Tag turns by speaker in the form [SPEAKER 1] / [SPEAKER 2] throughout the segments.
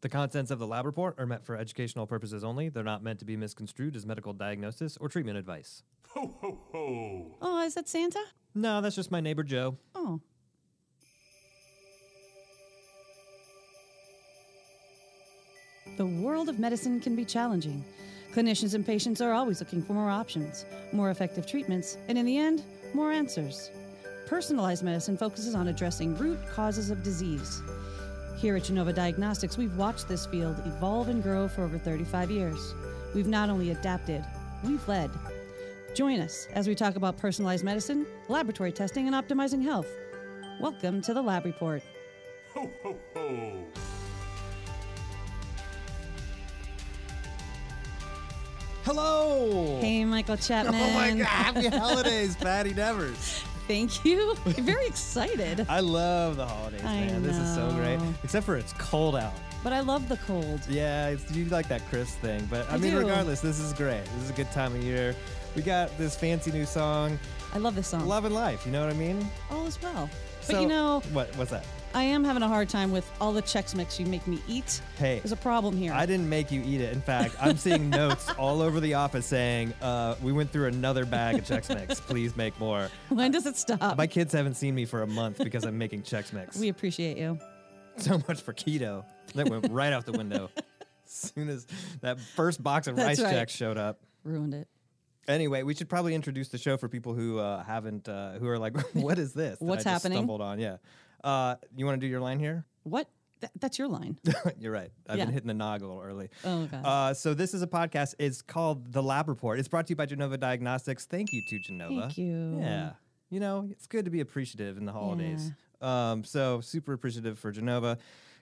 [SPEAKER 1] The contents of the lab report are meant for educational purposes only. They're not meant to be misconstrued as medical diagnosis or treatment advice.
[SPEAKER 2] Ho, ho, ho.
[SPEAKER 3] Oh, is that Santa?
[SPEAKER 1] No, that's just my neighbor Joe.
[SPEAKER 3] Oh. The world of medicine can be challenging. Clinicians and patients are always looking for more options, more effective treatments, and in the end, more answers. Personalized medicine focuses on addressing root causes of disease. Here at Genova Diagnostics, we've watched this field evolve and grow for over 35 years. We've not only adapted, we've led. Join us as we talk about personalized medicine, laboratory testing, and optimizing health. Welcome to the Lab Report.
[SPEAKER 2] Ho, ho, ho.
[SPEAKER 4] Hello.
[SPEAKER 3] Hey, Michael Chapman.
[SPEAKER 4] Oh my God! Happy holidays, Patty Nevers.
[SPEAKER 3] Thank you. I'm very excited.
[SPEAKER 4] I love the holidays,
[SPEAKER 3] I
[SPEAKER 4] man. This is so great.
[SPEAKER 3] know.
[SPEAKER 4] Except for it's cold out.
[SPEAKER 3] But I love the cold.
[SPEAKER 4] Yeah, it's, you like that crisp thing, but I,
[SPEAKER 3] I
[SPEAKER 4] mean,
[SPEAKER 3] do.
[SPEAKER 4] regardless, this is great. This is a good time of year. We got this fancy new song,
[SPEAKER 3] I love this song.
[SPEAKER 4] "Love and Life." You know what I mean?
[SPEAKER 3] All is well. But
[SPEAKER 4] So-
[SPEAKER 3] you know,
[SPEAKER 4] what? What's that?
[SPEAKER 3] I am having a hard time with all the Chex Mix you make me eat.
[SPEAKER 4] Hey.
[SPEAKER 3] There's a problem here.
[SPEAKER 4] I didn't make you eat it. In fact, I'm seeing notes all over the office saying, uh, "We went through another bag of Chex Mix. Please make more."
[SPEAKER 3] when does it stop?
[SPEAKER 4] My kids haven't seen me for a month because I'm making Chex Mix.
[SPEAKER 3] we appreciate you.
[SPEAKER 4] so much for keto. That went right out the window. As soon as that first box of
[SPEAKER 3] That's
[SPEAKER 4] rice
[SPEAKER 3] right.
[SPEAKER 4] jacks showed up.
[SPEAKER 3] Ruined it.
[SPEAKER 4] Anyway, we should probably introduce the show for people who uh, haven't, uh, who are like, "What is this?" that I
[SPEAKER 3] What's
[SPEAKER 4] just
[SPEAKER 3] happening?
[SPEAKER 4] Stumbled on, yeah. Uh, you want to do your line here?
[SPEAKER 3] What? Th- that's your line.
[SPEAKER 4] You're right. I've
[SPEAKER 3] Yeah.
[SPEAKER 4] been hitting the nog a little early.
[SPEAKER 3] Oh, God.
[SPEAKER 4] Uh, so this is a podcast. It's called The Lab Report. It's brought to you by Genova Diagnostics. Thank you to Genova.
[SPEAKER 3] Thank you.
[SPEAKER 4] Yeah. You know, it's good to be appreciative in the holidays. Um, so super appreciative for Genova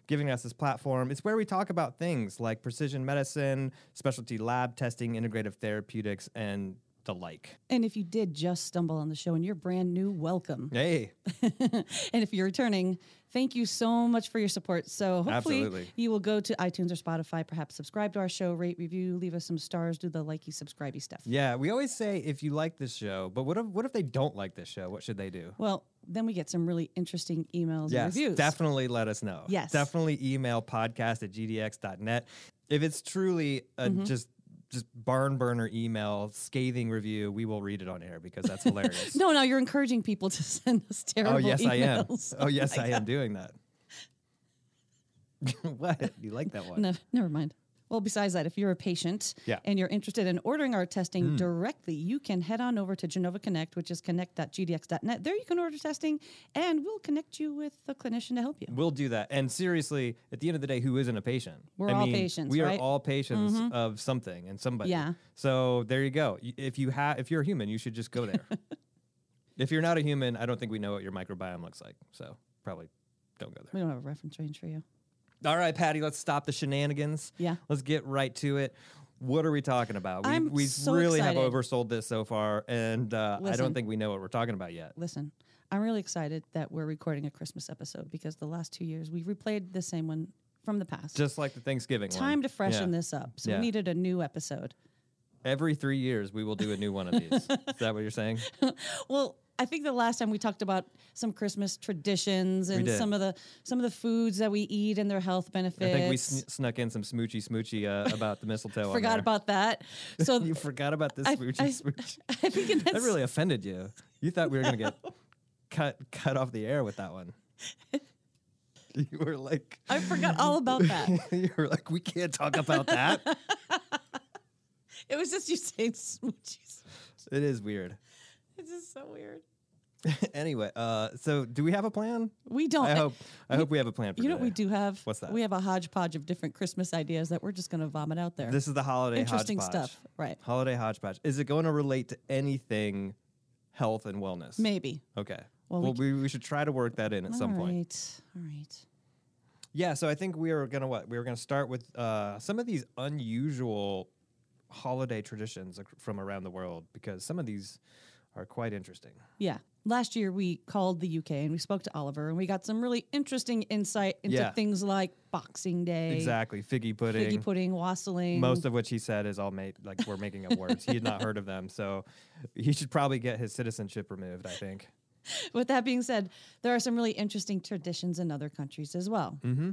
[SPEAKER 4] giving us this platform. It's where we talk about things like precision medicine, specialty lab testing, integrative therapeutics, and the like.
[SPEAKER 3] And if you did just stumble on the show and you're brand new, welcome.
[SPEAKER 4] Hey,
[SPEAKER 3] and if you're returning, thank you so much for your support. So hopefully
[SPEAKER 4] Absolutely.
[SPEAKER 3] you will go to iTunes or Spotify, perhaps subscribe to our show, rate, review, leave us some stars, do the likey, subscribey stuff.
[SPEAKER 4] yeah. We always say if you like this show, but what if what if they don't like this show? What should they do?
[SPEAKER 3] Well, then we get some really interesting emails and
[SPEAKER 4] Yes,
[SPEAKER 3] reviews.
[SPEAKER 4] definitely let us know.
[SPEAKER 3] Yes.
[SPEAKER 4] Definitely email podcast at gdx.net. If it's truly a
[SPEAKER 3] Mm-hmm.
[SPEAKER 4] just just barn burner email, scathing review, we will read it on air because that's hilarious.
[SPEAKER 3] No, no, you're encouraging people to send us terrible
[SPEAKER 4] oh yes, I am.
[SPEAKER 3] emails.
[SPEAKER 4] Oh yes, I am doing that. what? You like that one?
[SPEAKER 3] No, never mind. Well, besides that, if you're a patient
[SPEAKER 4] Yeah. Hmm.
[SPEAKER 3] and you're interested in ordering our testing directly, you can head on over to Genova Connect, which is connect.gdx.net. There you can order testing and we'll connect you with a clinician to help you.
[SPEAKER 4] We'll do that. And seriously, at the end of the day, who isn't a patient?
[SPEAKER 3] We're
[SPEAKER 4] I
[SPEAKER 3] all
[SPEAKER 4] mean,
[SPEAKER 3] patients,
[SPEAKER 4] We are
[SPEAKER 3] right? Mm-hmm.
[SPEAKER 4] all patients of something and somebody.
[SPEAKER 3] Yeah.
[SPEAKER 4] So there you go. Y- If you have, if you're a human, you should just go there. if you're not a human, I don't think we know what your microbiome looks like. So probably don't go there.
[SPEAKER 3] We don't have a reference range for you.
[SPEAKER 4] All right, Patty, let's stop the shenanigans.
[SPEAKER 3] Yeah.
[SPEAKER 4] Let's get right to it. What are we talking about? We,
[SPEAKER 3] I'm
[SPEAKER 4] we
[SPEAKER 3] so
[SPEAKER 4] really have
[SPEAKER 3] excited.
[SPEAKER 4] oversold this so far, and uh, I
[SPEAKER 3] Listen.
[SPEAKER 4] don't think we know what we're talking about yet.
[SPEAKER 3] Listen, I'm really excited that we're recording a Christmas episode because the last two years we replayed the same one from the past.
[SPEAKER 4] Just like the Thanksgiving one.
[SPEAKER 3] Time to freshen
[SPEAKER 4] Yeah.
[SPEAKER 3] this up. So
[SPEAKER 4] Yeah.
[SPEAKER 3] we needed a new episode.
[SPEAKER 4] Every three years, we will do a new one of these. Is that what you're saying?
[SPEAKER 3] Well, I think the last time we talked about some Christmas traditions and
[SPEAKER 4] did.
[SPEAKER 3] some of the some of the foods that we eat and their health benefits.
[SPEAKER 4] I think we sn- snuck in some smoochy smoochy uh, about the mistletoe. on
[SPEAKER 3] forgot
[SPEAKER 4] there.
[SPEAKER 3] about that. So
[SPEAKER 4] you forgot about this
[SPEAKER 3] I-
[SPEAKER 4] smoochy
[SPEAKER 3] I-
[SPEAKER 4] smoochy.
[SPEAKER 3] I think in
[SPEAKER 4] That really offended you. You thought we were gonna get cut cut off the air with that one. You were like,
[SPEAKER 3] I forgot all about that.
[SPEAKER 4] you were like, we can't talk about that.
[SPEAKER 3] It was just you saying smoochies.
[SPEAKER 4] it is weird.
[SPEAKER 3] It's just so weird.
[SPEAKER 4] anyway, uh, so do we have a plan?
[SPEAKER 3] We don't.
[SPEAKER 4] I hope I hope we have a plan. For
[SPEAKER 3] You know what we
[SPEAKER 4] today.
[SPEAKER 3] do have?
[SPEAKER 4] What's that?
[SPEAKER 3] We have a hodgepodge of different Christmas ideas that we're just going to vomit out there.
[SPEAKER 4] This is the holiday
[SPEAKER 3] Interesting
[SPEAKER 4] hodgepodge.
[SPEAKER 3] stuff. Right.
[SPEAKER 4] Holiday hodgepodge. Is it going to relate to anything, health and wellness?
[SPEAKER 3] Maybe.
[SPEAKER 4] Okay.
[SPEAKER 3] Well,
[SPEAKER 4] Well,
[SPEAKER 3] we
[SPEAKER 4] we, we should try to work that in at some
[SPEAKER 3] All
[SPEAKER 4] point.
[SPEAKER 3] right. All right.
[SPEAKER 4] Yeah, so I think we are gonna what we were gonna start with uh, some of these unusual holiday traditions ac- from around the world because some of these are quite interesting.
[SPEAKER 3] Yeah. Last year we called the UK and we spoke to Oliver and we got some really interesting insight into
[SPEAKER 4] Yeah.
[SPEAKER 3] things like Boxing Day,
[SPEAKER 4] Exactly, figgy pudding.
[SPEAKER 3] figgy pudding, wassailing.
[SPEAKER 4] Most of which he said is all made like we're making up words. he had not heard of them, so he should probably get his citizenship removed. I think.
[SPEAKER 3] With that being said, there are some really interesting traditions in other countries as well. Mm-hmm.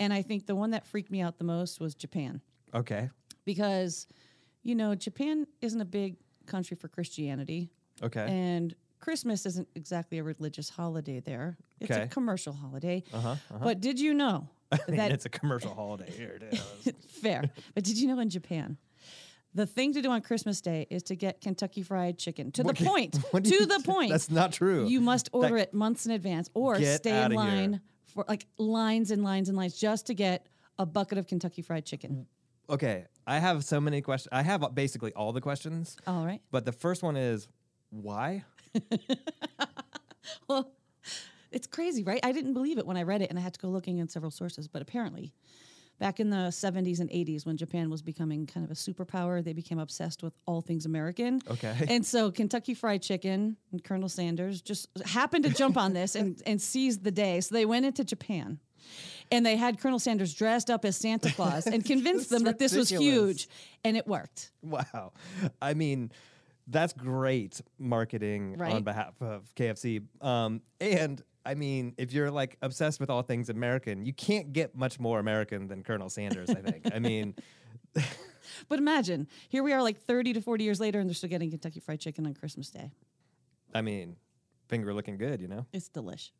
[SPEAKER 3] And I think the one that freaked me out the most was Japan
[SPEAKER 4] Okay.
[SPEAKER 3] because, you know, Japan isn't a big country for Christianity.
[SPEAKER 4] Okay.
[SPEAKER 3] And Christmas isn't exactly a religious holiday there, it's a
[SPEAKER 4] Okay.
[SPEAKER 3] commercial holiday. But did you know that
[SPEAKER 4] Uh-huh. it's a commercial holiday here. It is.
[SPEAKER 3] Fair. but did you know in Japan, the thing to do on Christmas Day is to get Kentucky Fried Chicken. To the point.
[SPEAKER 4] what do
[SPEAKER 3] to
[SPEAKER 4] you-
[SPEAKER 3] the point.
[SPEAKER 4] That's not true.
[SPEAKER 3] You must order it months in advance or
[SPEAKER 4] Get
[SPEAKER 3] stay in
[SPEAKER 4] outta here.
[SPEAKER 3] line for like lines and lines and lines just to get a bucket of Kentucky Fried Chicken.
[SPEAKER 4] okay. I have so many questions. I have uh, basically all the questions.
[SPEAKER 3] All right.
[SPEAKER 4] But the first one is why?
[SPEAKER 3] Well, it's crazy, right? I didn't believe it when I read it and I had to go looking in several sources, but apparently back in the 70s and 80s when Japan was becoming kind of a superpower, they became obsessed with all things American.
[SPEAKER 4] Okay.
[SPEAKER 3] And so Kentucky Fried Chicken and Colonel Sanders just happened to jump on this and, and seize the day. So they went into Japan and they had Colonel Sanders dressed up as Santa Claus and convinced them that this was
[SPEAKER 4] ridiculous.
[SPEAKER 3] huge and it worked.
[SPEAKER 4] Wow. I mean, that's great marketing
[SPEAKER 3] Right?
[SPEAKER 4] on behalf of KFC. Um, and I mean, if you're like obsessed with all things American, you can't get much more American than Colonel Sanders, I think. I mean,
[SPEAKER 3] But imagine, here we are like 30 to 40 years later and they're still getting Kentucky Fried Chicken on Christmas Day.
[SPEAKER 4] I mean, finger looking good, you know?
[SPEAKER 3] It's delish.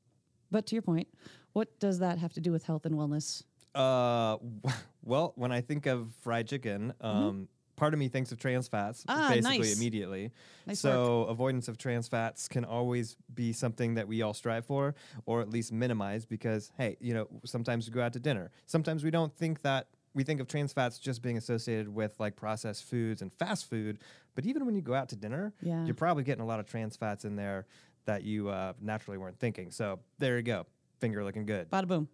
[SPEAKER 3] But to your point, what does that have to do with health and wellness?
[SPEAKER 4] Uh, w- well, when I think of fried chicken, um, part of me thinks of trans fats
[SPEAKER 3] Mm-hmm. Ah,
[SPEAKER 4] basically
[SPEAKER 3] nice.
[SPEAKER 4] immediately.
[SPEAKER 3] Nice work.
[SPEAKER 4] so avoidance of trans fats can always be something that we all strive for, or at least minimize, because hey, you know, sometimes we go out to dinner. Sometimes we don't think that we think of trans fats just being associated with like processed foods and fast food, but even when you go out to dinner,
[SPEAKER 3] Yeah.
[SPEAKER 4] you're probably getting a lot of trans fats in there that you uh, naturally weren't thinking. So there you go. Finger looking good.
[SPEAKER 3] Bada boom.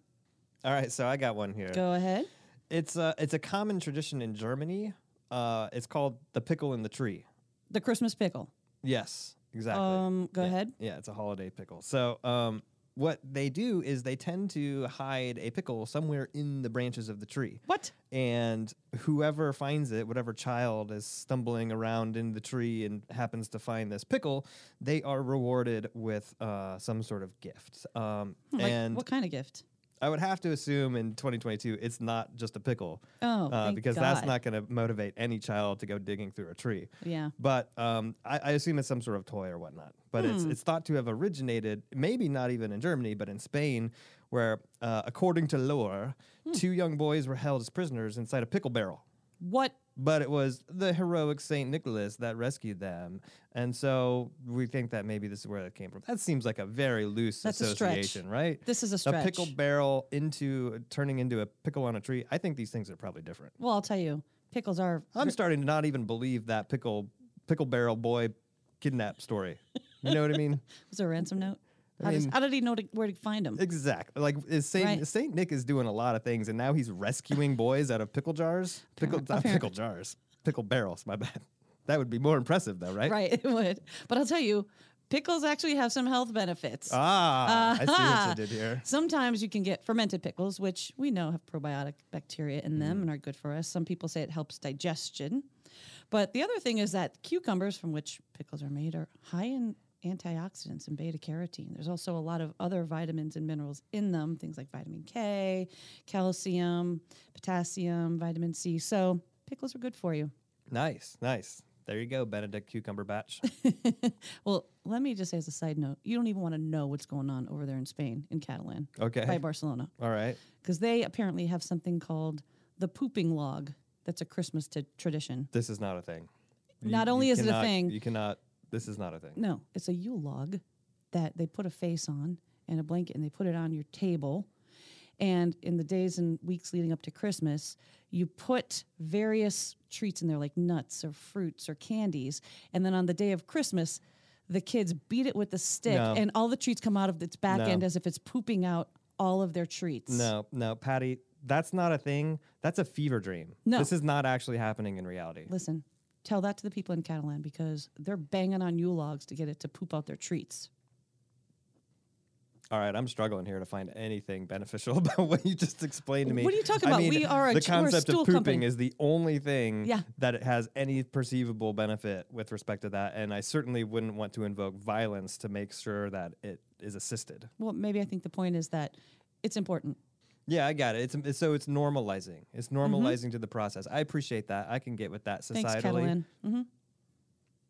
[SPEAKER 4] All right, so I got one here.
[SPEAKER 3] Go ahead.
[SPEAKER 4] It's a it's a common tradition in Germany. Uh, it's called the pickle in the tree.
[SPEAKER 3] The Christmas pickle.
[SPEAKER 4] Yes, exactly.
[SPEAKER 3] Um, go
[SPEAKER 4] Yeah,
[SPEAKER 3] ahead.
[SPEAKER 4] Yeah, it's a holiday pickle. So um, what they do is they tend to hide a pickle somewhere in the branches of the tree.
[SPEAKER 3] What?
[SPEAKER 4] And whoever finds it, whatever child is stumbling around in the tree and happens to find this pickle, they are rewarded with uh, some sort of gift. Um,
[SPEAKER 3] Hmm, Like,
[SPEAKER 4] and
[SPEAKER 3] what kind of gift?
[SPEAKER 4] I would have to assume in 2022 it's not just a pickle.
[SPEAKER 3] Oh,
[SPEAKER 4] uh,
[SPEAKER 3] thank
[SPEAKER 4] because that's
[SPEAKER 3] God.
[SPEAKER 4] not going to motivate any child to go digging through a tree.
[SPEAKER 3] Yeah.
[SPEAKER 4] But um, I, I assume it's some sort of toy or whatnot. But it's
[SPEAKER 3] Hmm.
[SPEAKER 4] it's thought to have originated maybe not even in Germany, but in Spain, where uh, according to lore,
[SPEAKER 3] Hmm.
[SPEAKER 4] two young boys were held as prisoners inside a pickle barrel.
[SPEAKER 3] What?
[SPEAKER 4] But it was the heroic Saint Nicholas that rescued them, and so we think that maybe this is where that came from. That seems like a very loose
[SPEAKER 3] That's a stretch.
[SPEAKER 4] association, right?
[SPEAKER 3] This is a
[SPEAKER 4] a
[SPEAKER 3] stretch.
[SPEAKER 4] pickle barrel into turning into a pickle on a tree. I think these things are probably different.
[SPEAKER 3] well, I'll tell you, pickles are.
[SPEAKER 4] I'm starting to not even believe that pickle pickle barrel boy kidnap story. You know what I mean?
[SPEAKER 3] Was there a ransom note? How, does,
[SPEAKER 4] mean-
[SPEAKER 3] how did he know to, where to find them?
[SPEAKER 4] Exactly. Like is Saint
[SPEAKER 3] Right.
[SPEAKER 4] Saint Nick is doing a lot of things, and now he's rescuing boys out of pickle jars. Pickle not pickle jars, pickle barrels. My bad. That would be more impressive, though, right?
[SPEAKER 3] Right, it would. But I'll tell you, pickles actually have some health benefits.
[SPEAKER 4] Ah, I
[SPEAKER 3] Ah.
[SPEAKER 4] see what you did here.
[SPEAKER 3] Sometimes you can get fermented pickles, which we know have probiotic bacteria in them and are good for us. Some people say it helps digestion. But the other thing is that cucumbers, from which pickles are made, are high in antioxidants and beta carotene. There's also a lot of other vitamins and minerals in them, things like vitamin K, calcium, potassium, vitamin C. So pickles are good for you.
[SPEAKER 4] Nice, nice. There you go, Benedict Cucumber Batch.
[SPEAKER 3] Well, let me just say as a side note, you don't even want to know what's going on over there in Spain, in Catalan,
[SPEAKER 4] Okay.
[SPEAKER 3] by Barcelona.
[SPEAKER 4] All right.
[SPEAKER 3] because they apparently have something called the pooping log. That's a Christmas t- tradition.
[SPEAKER 4] This is not a thing.
[SPEAKER 3] Not only is it a
[SPEAKER 4] cannot-
[SPEAKER 3] thing-
[SPEAKER 4] you cannot. This is not a thing.
[SPEAKER 3] No, it's a Yule log that they put a face on and a blanket and they put it on your table. And in the days and weeks leading up to Christmas, you put various treats in there, like nuts or fruits or candies. And then on the day of Christmas, the kids beat it with the stick,
[SPEAKER 4] No.
[SPEAKER 3] and all the treats come out of its back
[SPEAKER 4] No.
[SPEAKER 3] end as if it's pooping out all of their treats.
[SPEAKER 4] No, no, Patty, that's not a thing. That's a fever dream.
[SPEAKER 3] No.
[SPEAKER 4] This is not actually happening in reality.
[SPEAKER 3] Listen, tell that to the people in Catalan because they're banging on Yule logs to get it to poop out their treats.
[SPEAKER 4] All right, I'm struggling here to find anything beneficial about what you just explained to me.
[SPEAKER 3] What are you talking about? We are a
[SPEAKER 4] the
[SPEAKER 3] ch- we're a
[SPEAKER 4] concept
[SPEAKER 3] stool
[SPEAKER 4] of pooping
[SPEAKER 3] company.
[SPEAKER 4] is the only thing
[SPEAKER 3] Yeah.
[SPEAKER 4] that it has any perceivable benefit with respect to that, and I certainly wouldn't want to invoke violence to make sure that it is assisted.
[SPEAKER 3] Well, maybe I think the point is that it's important.
[SPEAKER 4] Yeah, I got it. It's, it's so it's normalizing. It's normalizing to the process. I appreciate that. I can get with that
[SPEAKER 3] Mm-hmm. Thanks,
[SPEAKER 4] societally.
[SPEAKER 3] Catalan. hmm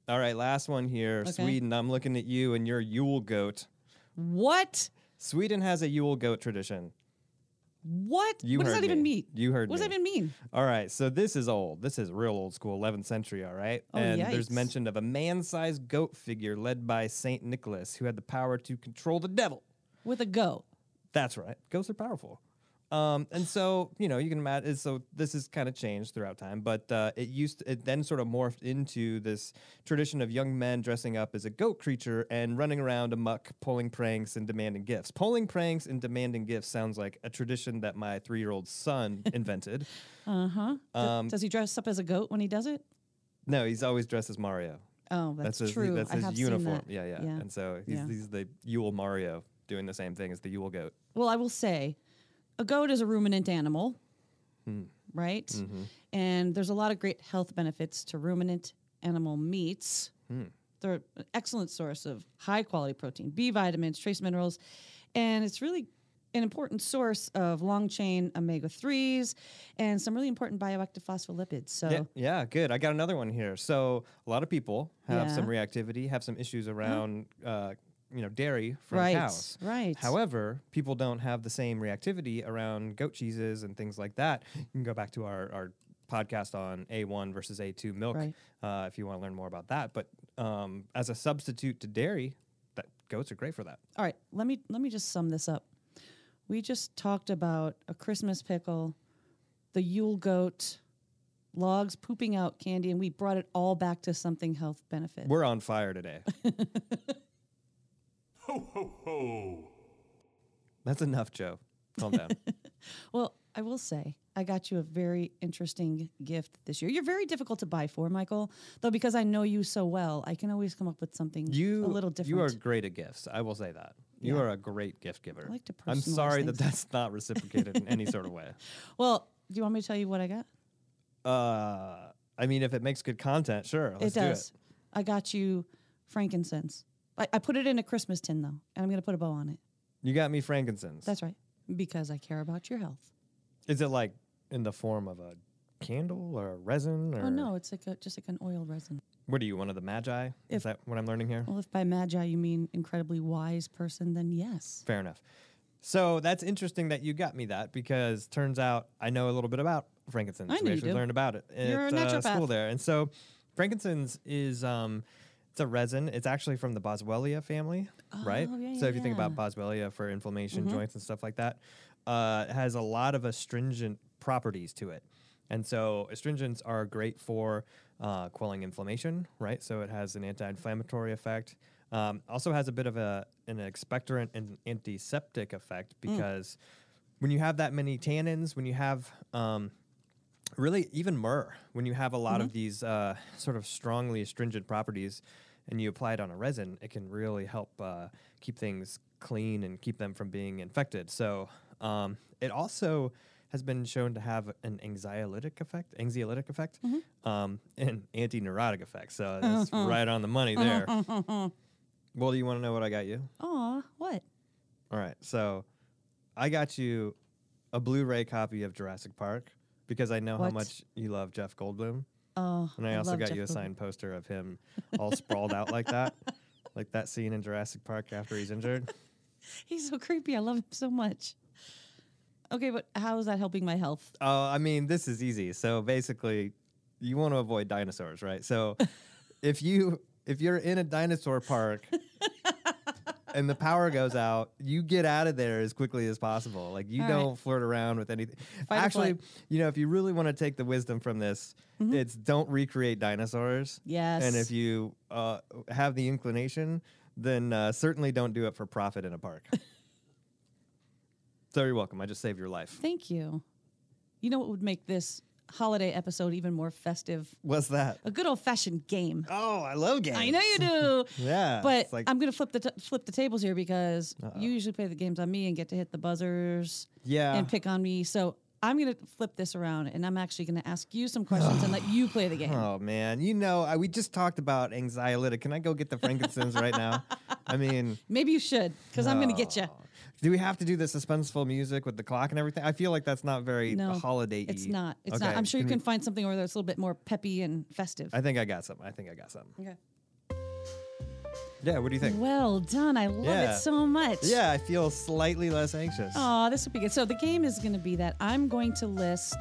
[SPEAKER 4] All right, last one here.
[SPEAKER 3] Okay.
[SPEAKER 4] Sweden. I'm looking at you and your Yule goat.
[SPEAKER 3] What?
[SPEAKER 4] Sweden has a Yule goat tradition.
[SPEAKER 3] What?
[SPEAKER 4] You
[SPEAKER 3] what does
[SPEAKER 4] heard
[SPEAKER 3] that even
[SPEAKER 4] me.
[SPEAKER 3] mean?
[SPEAKER 4] You heard
[SPEAKER 3] What
[SPEAKER 4] me.
[SPEAKER 3] does that even mean?
[SPEAKER 4] All right, so this is old. This is real old school, 11th century, all right?
[SPEAKER 3] Oh,
[SPEAKER 4] and there's
[SPEAKER 3] yikes.
[SPEAKER 4] mention of a man sized goat figure led by St. Nicholas who had the power to control the devil.
[SPEAKER 3] With a go.
[SPEAKER 4] That's right, goats are powerful. Um, and so, you know, you can imagine, so this has kind of changed throughout time, but uh, it used it then sort of morphed into this tradition of young men dressing up as a goat creature and running around amuck, pulling pranks and demanding gifts. Pulling pranks and demanding gifts sounds like a tradition that my three year old son invented.
[SPEAKER 3] Uh huh.
[SPEAKER 4] Um,
[SPEAKER 3] does he dress up as a goat when he does it?
[SPEAKER 4] No, he's always dressed as Mario.
[SPEAKER 3] Oh, that's,
[SPEAKER 4] his,
[SPEAKER 3] true.
[SPEAKER 4] That's
[SPEAKER 3] I
[SPEAKER 4] his
[SPEAKER 3] have
[SPEAKER 4] uniform.
[SPEAKER 3] Seen that.
[SPEAKER 4] Yeah, yeah, And so he's,
[SPEAKER 3] Yeah.
[SPEAKER 4] he's the Yule Mario doing the same thing as the Yule goat.
[SPEAKER 3] Well, I will say, a goat is a ruminant animal, right?
[SPEAKER 4] Mm-hmm.
[SPEAKER 3] And there's a lot of great health benefits to ruminant animal meats.
[SPEAKER 4] Hmm.
[SPEAKER 3] They're an excellent source of high quality protein, B vitamins, trace minerals, and it's really an important source of long chain omega 3s and some really important bioactive phospholipids. So,
[SPEAKER 4] Yeah, yeah, good. I got another one here. So a lot of people have
[SPEAKER 3] Yeah. Uh-huh.
[SPEAKER 4] some reactivity, have some issues around, uh, you know, dairy from
[SPEAKER 3] right,
[SPEAKER 4] cows.
[SPEAKER 3] right.
[SPEAKER 4] However, people don't have the same reactivity around goat cheeses and things like that. You can go back to our, our podcast on A1 versus A2 milk
[SPEAKER 3] Right.
[SPEAKER 4] uh, if you want to learn more about that. But um, as a substitute to dairy, that goats are great for that.
[SPEAKER 3] all right let me let me just sum this up we just talked about a christmas pickle the yule goat logs pooping out candy and we brought it all back to something health benefit
[SPEAKER 4] We're on fire today.
[SPEAKER 2] Ho, ho, ho.
[SPEAKER 4] That's enough, Joe. Calm down.
[SPEAKER 3] well i will say i got you a very interesting gift this year you're very difficult to buy for michael though because i know you so well i can always come up with something
[SPEAKER 4] You
[SPEAKER 3] a little different
[SPEAKER 4] You are great at gifts. I will say that. You
[SPEAKER 3] Yeah.
[SPEAKER 4] are a great gift giver.
[SPEAKER 3] like to
[SPEAKER 4] I'm
[SPEAKER 3] personalize
[SPEAKER 4] sorry that
[SPEAKER 3] things.
[SPEAKER 4] that's not reciprocated in any sort of way.
[SPEAKER 3] well do you want me to tell you what i got
[SPEAKER 4] Uh, I mean, if it makes good content, sure. Let's
[SPEAKER 3] it
[SPEAKER 4] do
[SPEAKER 3] does i got you frankincense I, I put it in a christmas tin though and i'm going to put a bow on it
[SPEAKER 4] You got me frankincense.
[SPEAKER 3] That's right. Because I care about your health.
[SPEAKER 4] Is it like in the form of a candle or a resin or
[SPEAKER 3] Oh no, it's like a, just like an oil resin.
[SPEAKER 4] What are you, one of the magi? Is
[SPEAKER 3] If-
[SPEAKER 4] that what I'm learning here?
[SPEAKER 3] Well, if by magi you mean incredibly wise person, then yes.
[SPEAKER 4] Fair enough. So that's interesting that you got me that because turns out I know a little bit about frankincense.
[SPEAKER 3] I
[SPEAKER 4] we
[SPEAKER 3] knew you
[SPEAKER 4] actually
[SPEAKER 3] did.
[SPEAKER 4] learned about it at
[SPEAKER 3] You're a
[SPEAKER 4] uh,
[SPEAKER 3] naturopath.
[SPEAKER 4] school there. And so frankincense is um it's a resin. It's actually from the Boswellia family, right?
[SPEAKER 3] Oh, yeah,
[SPEAKER 4] so
[SPEAKER 3] yeah, Mm-hmm.
[SPEAKER 4] if you think about Boswellia for inflammation, joints and stuff like that, uh, it has a lot of astringent properties to it. And so astringents are great for uh, quelling inflammation, right? So it has an anti-inflammatory effect. Um, also has a bit of a an expectorant and antiseptic effect
[SPEAKER 3] Mm.
[SPEAKER 4] because when you have that many tannins, when you have um, really even myrrh when you have a lot of these uh, sort of strongly astringent properties and you apply it on a resin it can really help uh, keep things clean and keep them from being infected so um, it also has been shown to have an anxiolytic effect anxiolytic effect um, and anti-neurotic effect so that's right on the money
[SPEAKER 3] Uh-huh.
[SPEAKER 4] there well do you want to know what i got you
[SPEAKER 3] Aw, what?
[SPEAKER 4] all right. So I got you a Blu ray copy of Jurassic Park because I know how
[SPEAKER 3] What?
[SPEAKER 4] much you love Jeff Goldblum.
[SPEAKER 3] Oh,
[SPEAKER 4] And I, also
[SPEAKER 3] love
[SPEAKER 4] got
[SPEAKER 3] Jeff
[SPEAKER 4] you a
[SPEAKER 3] Goldblum.
[SPEAKER 4] signed poster of him all sprawled out like that, like that scene in Jurassic Park after he's injured.
[SPEAKER 3] He's so creepy. I love him so much. Okay, but how is that helping my health?
[SPEAKER 4] Oh, I mean, this is easy. So basically, you want to avoid dinosaurs, right? So if you if you're in a dinosaur park and the power goes out, you get out of there as quickly as possible. Like you
[SPEAKER 3] All right.
[SPEAKER 4] don't flirt around with anything.
[SPEAKER 3] Fight or
[SPEAKER 4] Actually,
[SPEAKER 3] flight. Mm-hmm.
[SPEAKER 4] you know, if you really want to take the wisdom from this, it's don't recreate dinosaurs.
[SPEAKER 3] Yes.
[SPEAKER 4] And if you uh, have the inclination, then uh, certainly don't do it for profit in a park. so you're welcome. I just saved your life.
[SPEAKER 3] Thank you. You know what would make this holiday episode even more festive.
[SPEAKER 4] What's that?
[SPEAKER 3] A good old fashioned game.
[SPEAKER 4] Oh, I love games.
[SPEAKER 3] I know you do.
[SPEAKER 4] Yeah.
[SPEAKER 3] But
[SPEAKER 4] it's like,
[SPEAKER 3] I'm gonna flip the t- flip the tables here because you usually play the games on me and get to hit the buzzers
[SPEAKER 4] yeah.
[SPEAKER 3] and pick on me. So I'm gonna flip this around and I'm actually gonna ask you some questions and let you play the game.
[SPEAKER 4] Oh man, you know, I, we just talked about anxiolytic. Can I go get the frankincense right now? I mean,
[SPEAKER 3] Maybe you should because I'm gonna get you.
[SPEAKER 4] do we have to do the suspenseful music with the clock and everything? I feel like that's not very
[SPEAKER 3] No,
[SPEAKER 4] holiday.
[SPEAKER 3] It's not. It's not. I'm sure you can find something over there that's a little bit more peppy and festive.
[SPEAKER 4] I think I got something. I think I got something.
[SPEAKER 3] okay.
[SPEAKER 4] Yeah. What do you think?
[SPEAKER 3] Well done. I love
[SPEAKER 4] Yeah.
[SPEAKER 3] it so much.
[SPEAKER 4] Yeah, I feel slightly less anxious.
[SPEAKER 3] Oh, this would be good. So the game is going to be that I'm going to list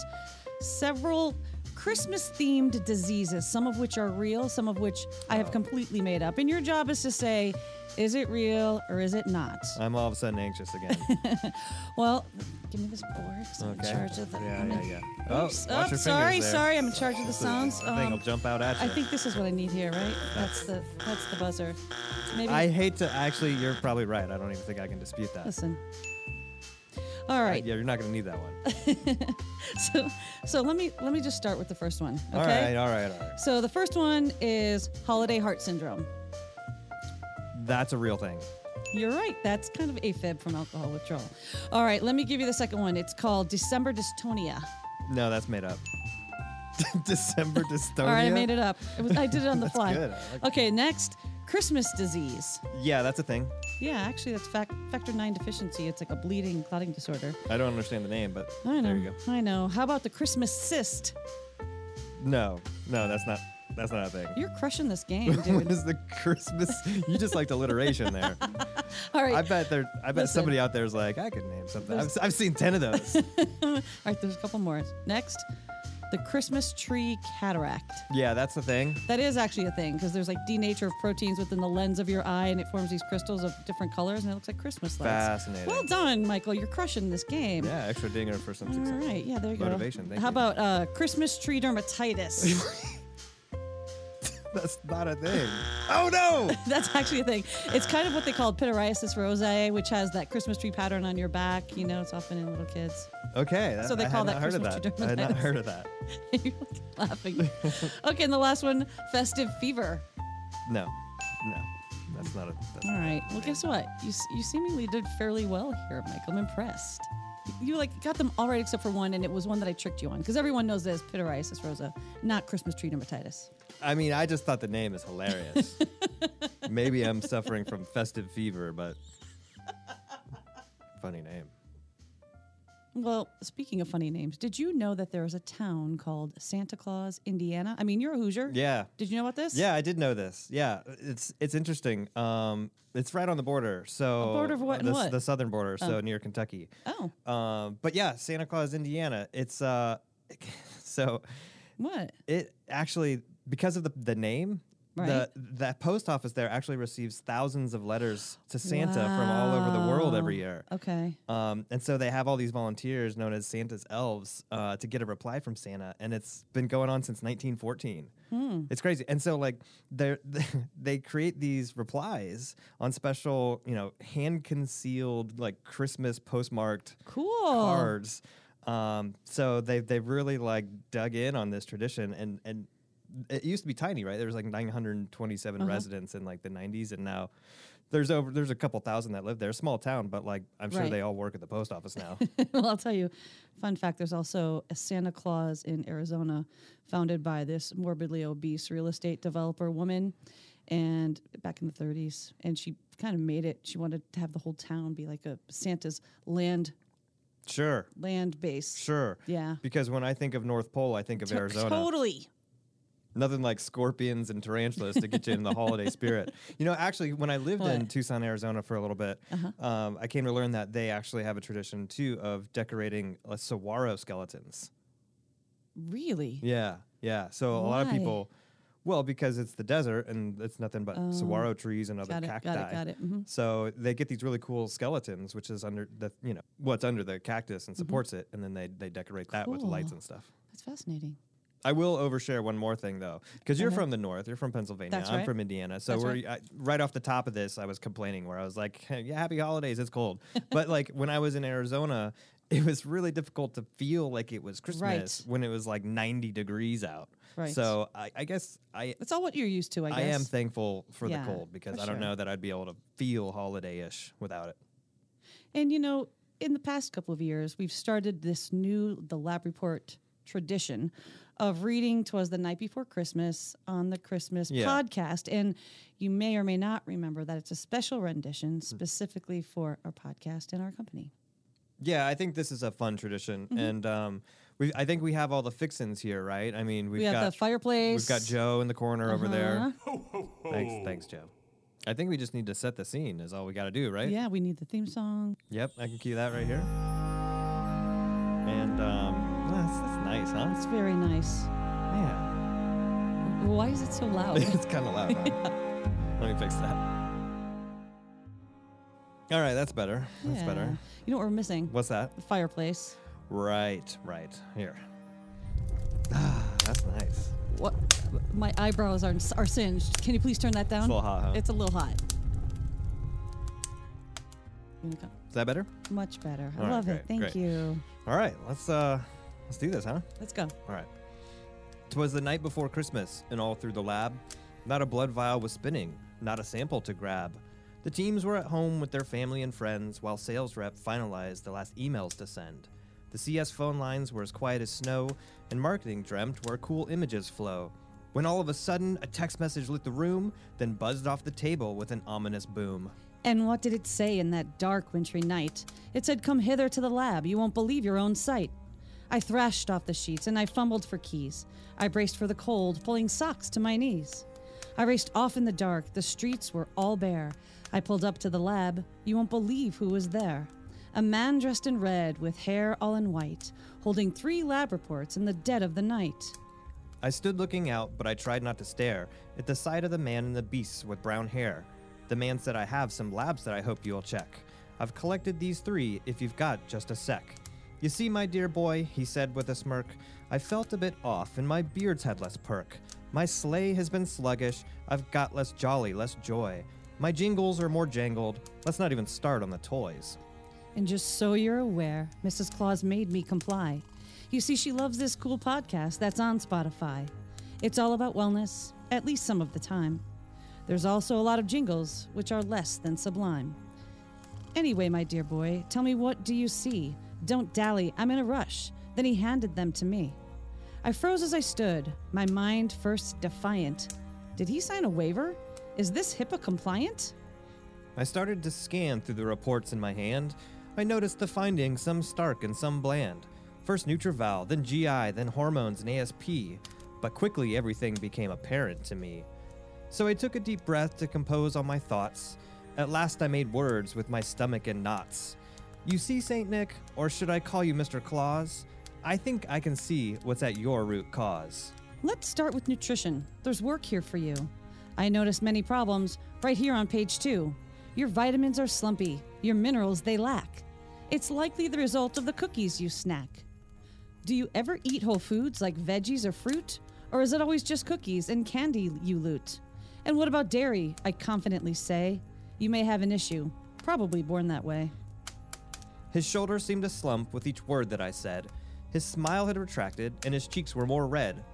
[SPEAKER 3] several Christmas themed diseases, some of which are real, some of which I have completely made up. And your job is to say, is it real or is it not?
[SPEAKER 4] I'm all of a sudden anxious again.
[SPEAKER 3] Well, give me this board. 'cause I'm
[SPEAKER 4] Okay.
[SPEAKER 3] in charge of the.
[SPEAKER 4] yeah,
[SPEAKER 3] I'm
[SPEAKER 4] yeah,
[SPEAKER 3] in-
[SPEAKER 4] yeah.
[SPEAKER 3] Oops.
[SPEAKER 4] oh, watch your
[SPEAKER 3] sorry,
[SPEAKER 4] fingers there.
[SPEAKER 3] sorry. I'm in charge of the sounds.
[SPEAKER 4] The thing will
[SPEAKER 3] Um,
[SPEAKER 4] jump out at
[SPEAKER 3] I
[SPEAKER 4] you.
[SPEAKER 3] think this is what I need here, right? That's the that's the buzzer. Maybe
[SPEAKER 4] I hate to actually. You're probably right. I don't even think I can dispute that.
[SPEAKER 3] listen. All right.
[SPEAKER 4] Yeah, you're not going to need that one.
[SPEAKER 3] So, so let me let me just start with the first one. Okay.
[SPEAKER 4] All right, all right, all right.
[SPEAKER 3] So the first one is holiday heart syndrome.
[SPEAKER 4] That's a real thing.
[SPEAKER 3] You're right. That's kind of AFib from alcohol withdrawal. All right, let me give you the second one. It's called December dystonia.
[SPEAKER 4] No, that's made up. December dystonia.
[SPEAKER 3] All right, I made it up. It was, I did it on the fly.
[SPEAKER 4] Oh, good. I like
[SPEAKER 3] okay, next, Christmas disease.
[SPEAKER 4] Yeah, that's a thing.
[SPEAKER 3] Yeah, actually, that's fac- factor nine deficiency. It's like a bleeding, clotting disorder.
[SPEAKER 4] I don't understand the name, but
[SPEAKER 3] I know.
[SPEAKER 4] there you go.
[SPEAKER 3] I know. How about the Christmas cyst?
[SPEAKER 4] No, no, that's not. That's not a thing.
[SPEAKER 3] You're crushing this game,
[SPEAKER 4] What
[SPEAKER 3] dude.
[SPEAKER 4] is the Christmas? You just liked alliteration there.
[SPEAKER 3] All right.
[SPEAKER 4] I bet there. I bet
[SPEAKER 3] Listen.
[SPEAKER 4] somebody out there is like, I could name something. I've, I've seen ten of those.
[SPEAKER 3] All right, there's a couple more. Next, the Christmas tree cataract.
[SPEAKER 4] yeah, that's the thing.
[SPEAKER 3] That is actually a thing because there's like denature of proteins within the lens of your eye, and it forms these crystals of different colors, and it looks like Christmas lights.
[SPEAKER 4] Fascinating.
[SPEAKER 3] Well done, Michael. You're crushing this game.
[SPEAKER 4] Yeah, extra dinger for some
[SPEAKER 3] All
[SPEAKER 4] success.
[SPEAKER 3] right. Yeah. There you
[SPEAKER 4] Motivation,
[SPEAKER 3] go.
[SPEAKER 4] thank
[SPEAKER 3] How
[SPEAKER 4] you.
[SPEAKER 3] about uh, Christmas tree dermatitis?
[SPEAKER 4] That's not a thing. Oh no!
[SPEAKER 3] That's actually a thing. It's kind of what they call pityriasis rosae, which has that Christmas tree pattern on your back. You know, it's often in little kids.
[SPEAKER 4] Okay. That,
[SPEAKER 3] So they
[SPEAKER 4] I
[SPEAKER 3] call
[SPEAKER 4] had
[SPEAKER 3] that
[SPEAKER 4] not heard of that.
[SPEAKER 3] Christmas tree
[SPEAKER 4] I had not
[SPEAKER 3] dermatitis.
[SPEAKER 4] heard of that.
[SPEAKER 3] You're like laughing. okay. And the last one, festive fever.
[SPEAKER 4] No, no, that's not a. That's
[SPEAKER 3] All right. Well, guess what? You s- you seemingly did fairly well here, Mike. I'm impressed. You like got them all right except for one, and it was one that I tricked you on because everyone knows that it's pityriasis rosa, not Christmas tree dermatitis.
[SPEAKER 4] I mean, I just thought the name is hilarious. Maybe I'm suffering from festive fever, but funny name.
[SPEAKER 3] Well, speaking of funny names, did you know that there is a town called Santa Claus, Indiana? I mean, you're a Hoosier.
[SPEAKER 4] Yeah.
[SPEAKER 3] Did you know about this?
[SPEAKER 4] Yeah, I did know this. Yeah, it's it's interesting. Um, it's right on the border. So
[SPEAKER 3] border of what and
[SPEAKER 4] the,
[SPEAKER 3] what?
[SPEAKER 4] The southern border, so near Kentucky.
[SPEAKER 3] Oh,
[SPEAKER 4] Um, but yeah, Santa Claus, Indiana. It's uh, so
[SPEAKER 3] what?
[SPEAKER 4] it actually because of the the name.
[SPEAKER 3] Right.
[SPEAKER 4] The that post office there actually receives thousands of letters to Santa from all over the world every
[SPEAKER 3] Wow.
[SPEAKER 4] year.
[SPEAKER 3] Okay.
[SPEAKER 4] Um, and so they have all these volunteers known as Santa's elves uh, to get a reply from Santa, and it's been going on since 1914. It's crazy. And so like they they create these replies on special, you know, hand concealed like Christmas postmarked
[SPEAKER 3] Cool.
[SPEAKER 4] cards. Um, so they they've really like dug in on this tradition, and and it used to be tiny, right? There was like 927 residents in like the 90s, and now. There's over there's a couple thousand that live there. Small town, but like I'm sure
[SPEAKER 3] Right.
[SPEAKER 4] they all work at the post office now.
[SPEAKER 3] well, I'll tell you, fun fact there's also a Santa Claus in Arizona founded by this morbidly obese real estate developer woman and back in the 30s and she kind of made it she wanted to have the whole town be like a Santa's land
[SPEAKER 4] sure,
[SPEAKER 3] land base.
[SPEAKER 4] sure.
[SPEAKER 3] Yeah.
[SPEAKER 4] Because when I think of North Pole, I think of Arizona.
[SPEAKER 3] Totally.
[SPEAKER 4] Nothing like scorpions and tarantulas to get you in the holiday spirit. You know, actually, when I lived in
[SPEAKER 3] What? Uh-huh.
[SPEAKER 4] Tucson, Arizona for a little bit, um, I came to learn that they actually have a tradition too of decorating uh, saguaro skeletons.
[SPEAKER 3] Really?
[SPEAKER 4] Yeah, yeah. So a lot of
[SPEAKER 3] Why?
[SPEAKER 4] people, well, because it's the desert and it's nothing but saguaro trees and other
[SPEAKER 3] Oh. Got it, got it,
[SPEAKER 4] cacti.
[SPEAKER 3] got it, mhm.
[SPEAKER 4] So they get these really cool skeletons, which is under the you know what's under the cactus and supports it, and then they they decorate that with lights
[SPEAKER 3] Mm-hmm. Cool.
[SPEAKER 4] and stuff.
[SPEAKER 3] That's fascinating.
[SPEAKER 4] I will overshare one more thing though, because you're from the north, you're from Pennsylvania,
[SPEAKER 3] That's
[SPEAKER 4] I'm
[SPEAKER 3] right.
[SPEAKER 4] from Indiana, so
[SPEAKER 3] That's
[SPEAKER 4] we're
[SPEAKER 3] right.
[SPEAKER 4] I, right off the top of this. I was complaining where I was like, "Yeah, happy holidays, it's cold," but like when I was in Arizona, it was really difficult to feel like it was Christmas
[SPEAKER 3] Right.
[SPEAKER 4] when it was like 90 degrees out.
[SPEAKER 3] Right.
[SPEAKER 4] So I, I guess I
[SPEAKER 3] That's all what you're used to, I guess.
[SPEAKER 4] I am thankful for
[SPEAKER 3] Yeah,
[SPEAKER 4] the cold because
[SPEAKER 3] for
[SPEAKER 4] I don't
[SPEAKER 3] sure.
[SPEAKER 4] know that I'd be able to feel holiday ish without it.
[SPEAKER 3] And you know, in the past couple of years, we've started this new the lab report tradition of reading "Twas the Night Before Christmas" on the Christmas
[SPEAKER 4] Yeah.
[SPEAKER 3] podcast. And you may or may not remember that it's a special
[SPEAKER 4] Hmm.
[SPEAKER 3] rendition specifically for our podcast and our company.
[SPEAKER 4] Yeah, I think this is a fun tradition,
[SPEAKER 3] Mm-hmm.
[SPEAKER 4] and um, we I think we have all the fixins here, right? I mean, we've
[SPEAKER 3] We have
[SPEAKER 4] got
[SPEAKER 3] the fireplace.
[SPEAKER 4] We've got Joe in the corner over there.
[SPEAKER 3] Uh-huh.
[SPEAKER 2] Ho, ho, ho.
[SPEAKER 4] Thanks, thanks, Joe. I think we just need to set the scene. Is all we got to do, right?
[SPEAKER 3] Yeah, we need the theme song.
[SPEAKER 4] Yep, I can cue that right here. And um, that's, that's nice, huh?
[SPEAKER 3] It's very nice.
[SPEAKER 4] Yeah,
[SPEAKER 3] Why is it so loud?
[SPEAKER 4] it's kind of loud. Huh? Let me fix that. All right, that's better. That's
[SPEAKER 3] Yeah.
[SPEAKER 4] better.
[SPEAKER 3] You know what we're missing?
[SPEAKER 4] What's that?
[SPEAKER 3] The fireplace.
[SPEAKER 4] Right, right. Here. Ah, that's nice.
[SPEAKER 3] What? My eyebrows are are singed. Can you please turn that down?
[SPEAKER 4] little hot, huh?
[SPEAKER 3] It's a little hot. Here we go.
[SPEAKER 4] Is that better?
[SPEAKER 3] Much better. I
[SPEAKER 4] All right,
[SPEAKER 3] love it.
[SPEAKER 4] great,
[SPEAKER 3] Thank
[SPEAKER 4] great.
[SPEAKER 3] you.
[SPEAKER 4] All right, let's uh, let's do this, huh?
[SPEAKER 3] Let's go.
[SPEAKER 4] All right. 'Twas the night before Christmas, and all through the lab, not a blood vial was spinning, not a sample to grab. The teams were at home with their family and friends while sales rep finalized the last emails to send. The CS phone lines were as quiet as snow, and marketing dreamt where cool images flow. When all of a sudden, a text message lit the room, then buzzed off the table with an ominous boom.
[SPEAKER 3] And what did it say in that dark wintry night? It said, Come hither to the lab. You won't believe your own sight. I thrashed off the sheets and I fumbled for keys. I braced for the cold, pulling socks to my knees. I raced off in the dark. The streets were all bare. I pulled up to the lab. You won't believe who was there. A man dressed in red, with hair all in white, holding three lab reports in the dead of the night.
[SPEAKER 4] I stood looking out, but I tried not to stare at the sight of the man and the beasts with brown hair. The man said, I have some labs that I hope you'll check. I've collected these three if you've got just a sec. You see, my dear boy, he said with a smirk, I felt a bit off and my beard's had less perk. My sleigh has been sluggish, I've got less jolly, less joy. My jingles are more jangled, let's not even start on the toys.
[SPEAKER 3] And just so you're aware, Mrs. Claus made me comply. You see, she loves this cool podcast that's on Spotify. It's all about wellness, at least some of the time. There's also a lot of jingles, which are less than sublime. Anyway, my dear boy, tell me what do you see? Don't dally, I'm in a rush. Then he handed them to me. I froze as I stood, my mind first defiant. Did he sign a waiver? Is this HIPAA compliant?
[SPEAKER 4] I started to scan through the reports in my hand. I noticed the findings, some stark and some bland. First Nutrival, then GI, then hormones and ASP. But quickly everything became apparent to me. So I took a deep breath to compose all my thoughts. At last I made words with my stomach in knots. You see, St. Nick, or should I call you Mr. Claus? I think I can see what's at your root cause.
[SPEAKER 3] Let's start with nutrition. There's work here for you. I noticed many problems right here on page two. Your vitamins are slumpy, your minerals they lack. It's likely the result of the cookies you snack. Do you ever eat whole foods like veggies or fruit? Or is it always just cookies and candy you loot? And what about dairy? I confidently say. You may have an issue, probably born that way.
[SPEAKER 4] His shoulders seemed to slump with each word that I said. His smile had retracted, and his cheeks were more red.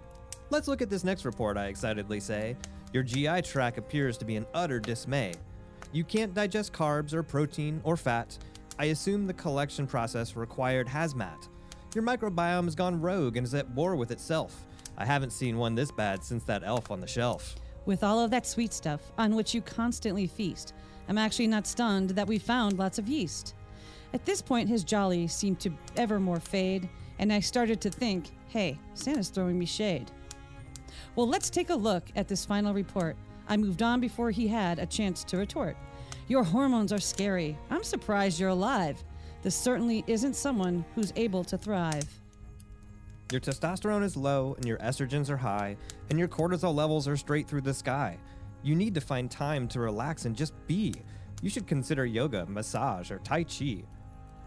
[SPEAKER 4] Let's look at this next report, I excitedly say. Your GI tract appears to be in utter dismay. You can't digest carbs or protein or fat. I assume the collection process required hazmat. Your microbiome has gone rogue and is at war with itself. I haven't seen one this bad since that elf on the shelf.
[SPEAKER 3] With all of that sweet stuff on which you constantly feast, I'm actually not stunned that we found lots of yeast. At this point, his jolly seemed to evermore fade, and I started to think, hey, Santa's throwing me shade. Well, let's take a look at this final report. I moved on before he had a chance to retort. Your hormones are scary. I'm surprised you're alive. This certainly isn't someone who's able to thrive.
[SPEAKER 4] Your testosterone is low and your estrogens are high, and your cortisol levels are straight through the sky. You need to find time to relax and just be. You should consider yoga, massage, or Tai Chi.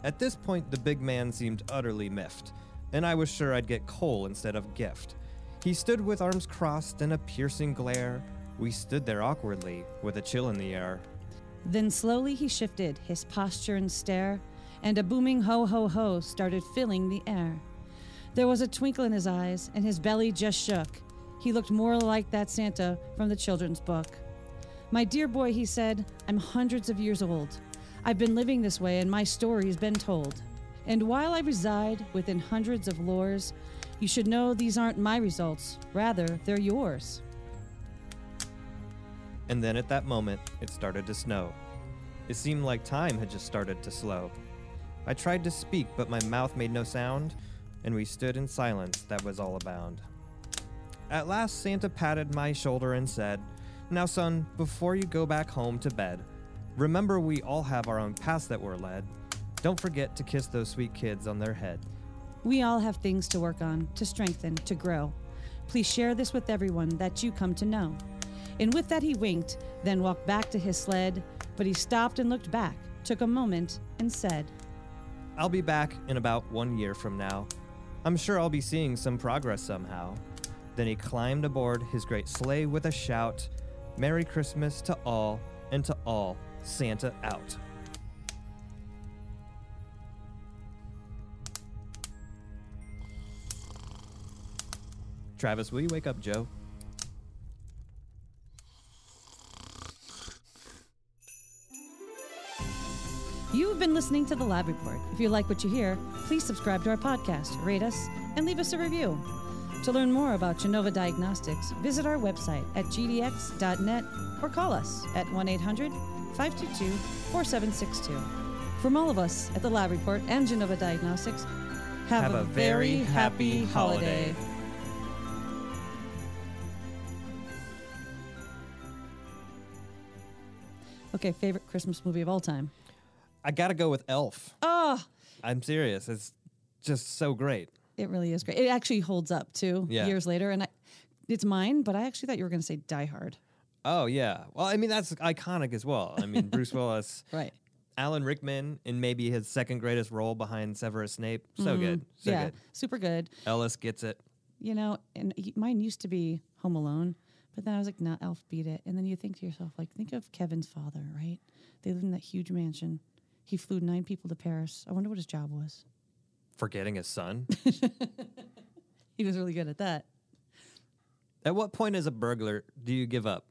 [SPEAKER 4] At this point, the big man seemed utterly miffed, and I was sure I'd get coal instead of gift. He stood with arms crossed in a piercing glare. We stood there awkwardly, with a chill in the air.
[SPEAKER 3] Then slowly he shifted his posture and stare, and a booming ho ho ho started filling the air. There was a twinkle in his eyes, and his belly just shook. He looked more like that Santa from the children's book. My dear boy, he said, I'm hundreds of years old. I've been living this way, and my story has been told. And while I reside within hundreds of lores, you should know these aren't my results, rather, they're yours.
[SPEAKER 4] And then at that moment, it started to snow. It seemed like time had just started to slow. I tried to speak, but my mouth made no sound, and we stood in silence that was all abound. At last, Santa patted my shoulder and said, Now, son, before you go back home to bed, remember we all have our own paths that we're led. Don't forget to kiss those sweet kids on their head.
[SPEAKER 3] We all have things to work on, to strengthen, to grow. Please share this with everyone that you come to know. And with that, he winked, then walked back to his sled. But he stopped and looked back, took a moment, and said,
[SPEAKER 4] I'll be back in about one year from now. I'm sure I'll be seeing some progress somehow. Then he climbed aboard his great sleigh with a shout Merry Christmas to all, and to all, Santa out. Travis, will you wake up Joe?
[SPEAKER 3] You've been listening to The Lab Report. If you like what you hear, please subscribe to our podcast, rate us, and leave us a review. To learn more about Genova Diagnostics, visit our website at gdx.net or call us at 1 800 522 4762. From all of us at The Lab Report and Genova Diagnostics, have,
[SPEAKER 4] Have
[SPEAKER 3] a,
[SPEAKER 4] a
[SPEAKER 3] very,
[SPEAKER 4] very
[SPEAKER 3] happy
[SPEAKER 4] happy
[SPEAKER 3] holiday.
[SPEAKER 4] holiday.
[SPEAKER 3] Okay, favorite Christmas movie of all time.
[SPEAKER 4] I gotta go with Elf.
[SPEAKER 3] Oh,
[SPEAKER 4] I'm serious. It's just so great.
[SPEAKER 3] It really is great. It actually holds up too
[SPEAKER 4] Yeah.
[SPEAKER 3] years later, and I, it's mine. But I actually thought you were going to say Die Hard.
[SPEAKER 4] Oh yeah. Well, I mean that's iconic as well. I mean Bruce Willis,
[SPEAKER 3] Right.
[SPEAKER 4] Alan Rickman in maybe his second greatest role behind Severus Snape. So good. So
[SPEAKER 3] Mm-hmm. yeah.
[SPEAKER 4] good.
[SPEAKER 3] Super good.
[SPEAKER 4] Ellis gets it.
[SPEAKER 3] You know, and y- mine used to be Home Alone, but then I was like, "No, Elf beat it." And then you think to yourself, like, think of Kevin's father, right? They lived in that huge mansion. He flew nine people to Paris. I wonder what his job was.
[SPEAKER 4] Forgetting his son.
[SPEAKER 3] He was really good at that.
[SPEAKER 4] At what point as a burglar do you give up?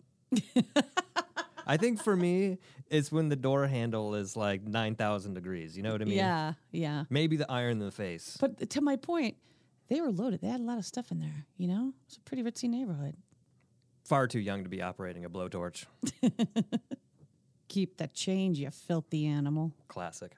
[SPEAKER 4] I think for me, it's when the door handle is like 9,000 degrees. You know what I mean?
[SPEAKER 3] Yeah, yeah.
[SPEAKER 4] Maybe the iron in the face.
[SPEAKER 3] But to my point, they were loaded. They had a lot of stuff in there. You know, it's a pretty ritzy neighborhood.
[SPEAKER 4] Far too young to be operating a blowtorch.
[SPEAKER 3] Keep the change, you filthy animal.
[SPEAKER 4] Classic.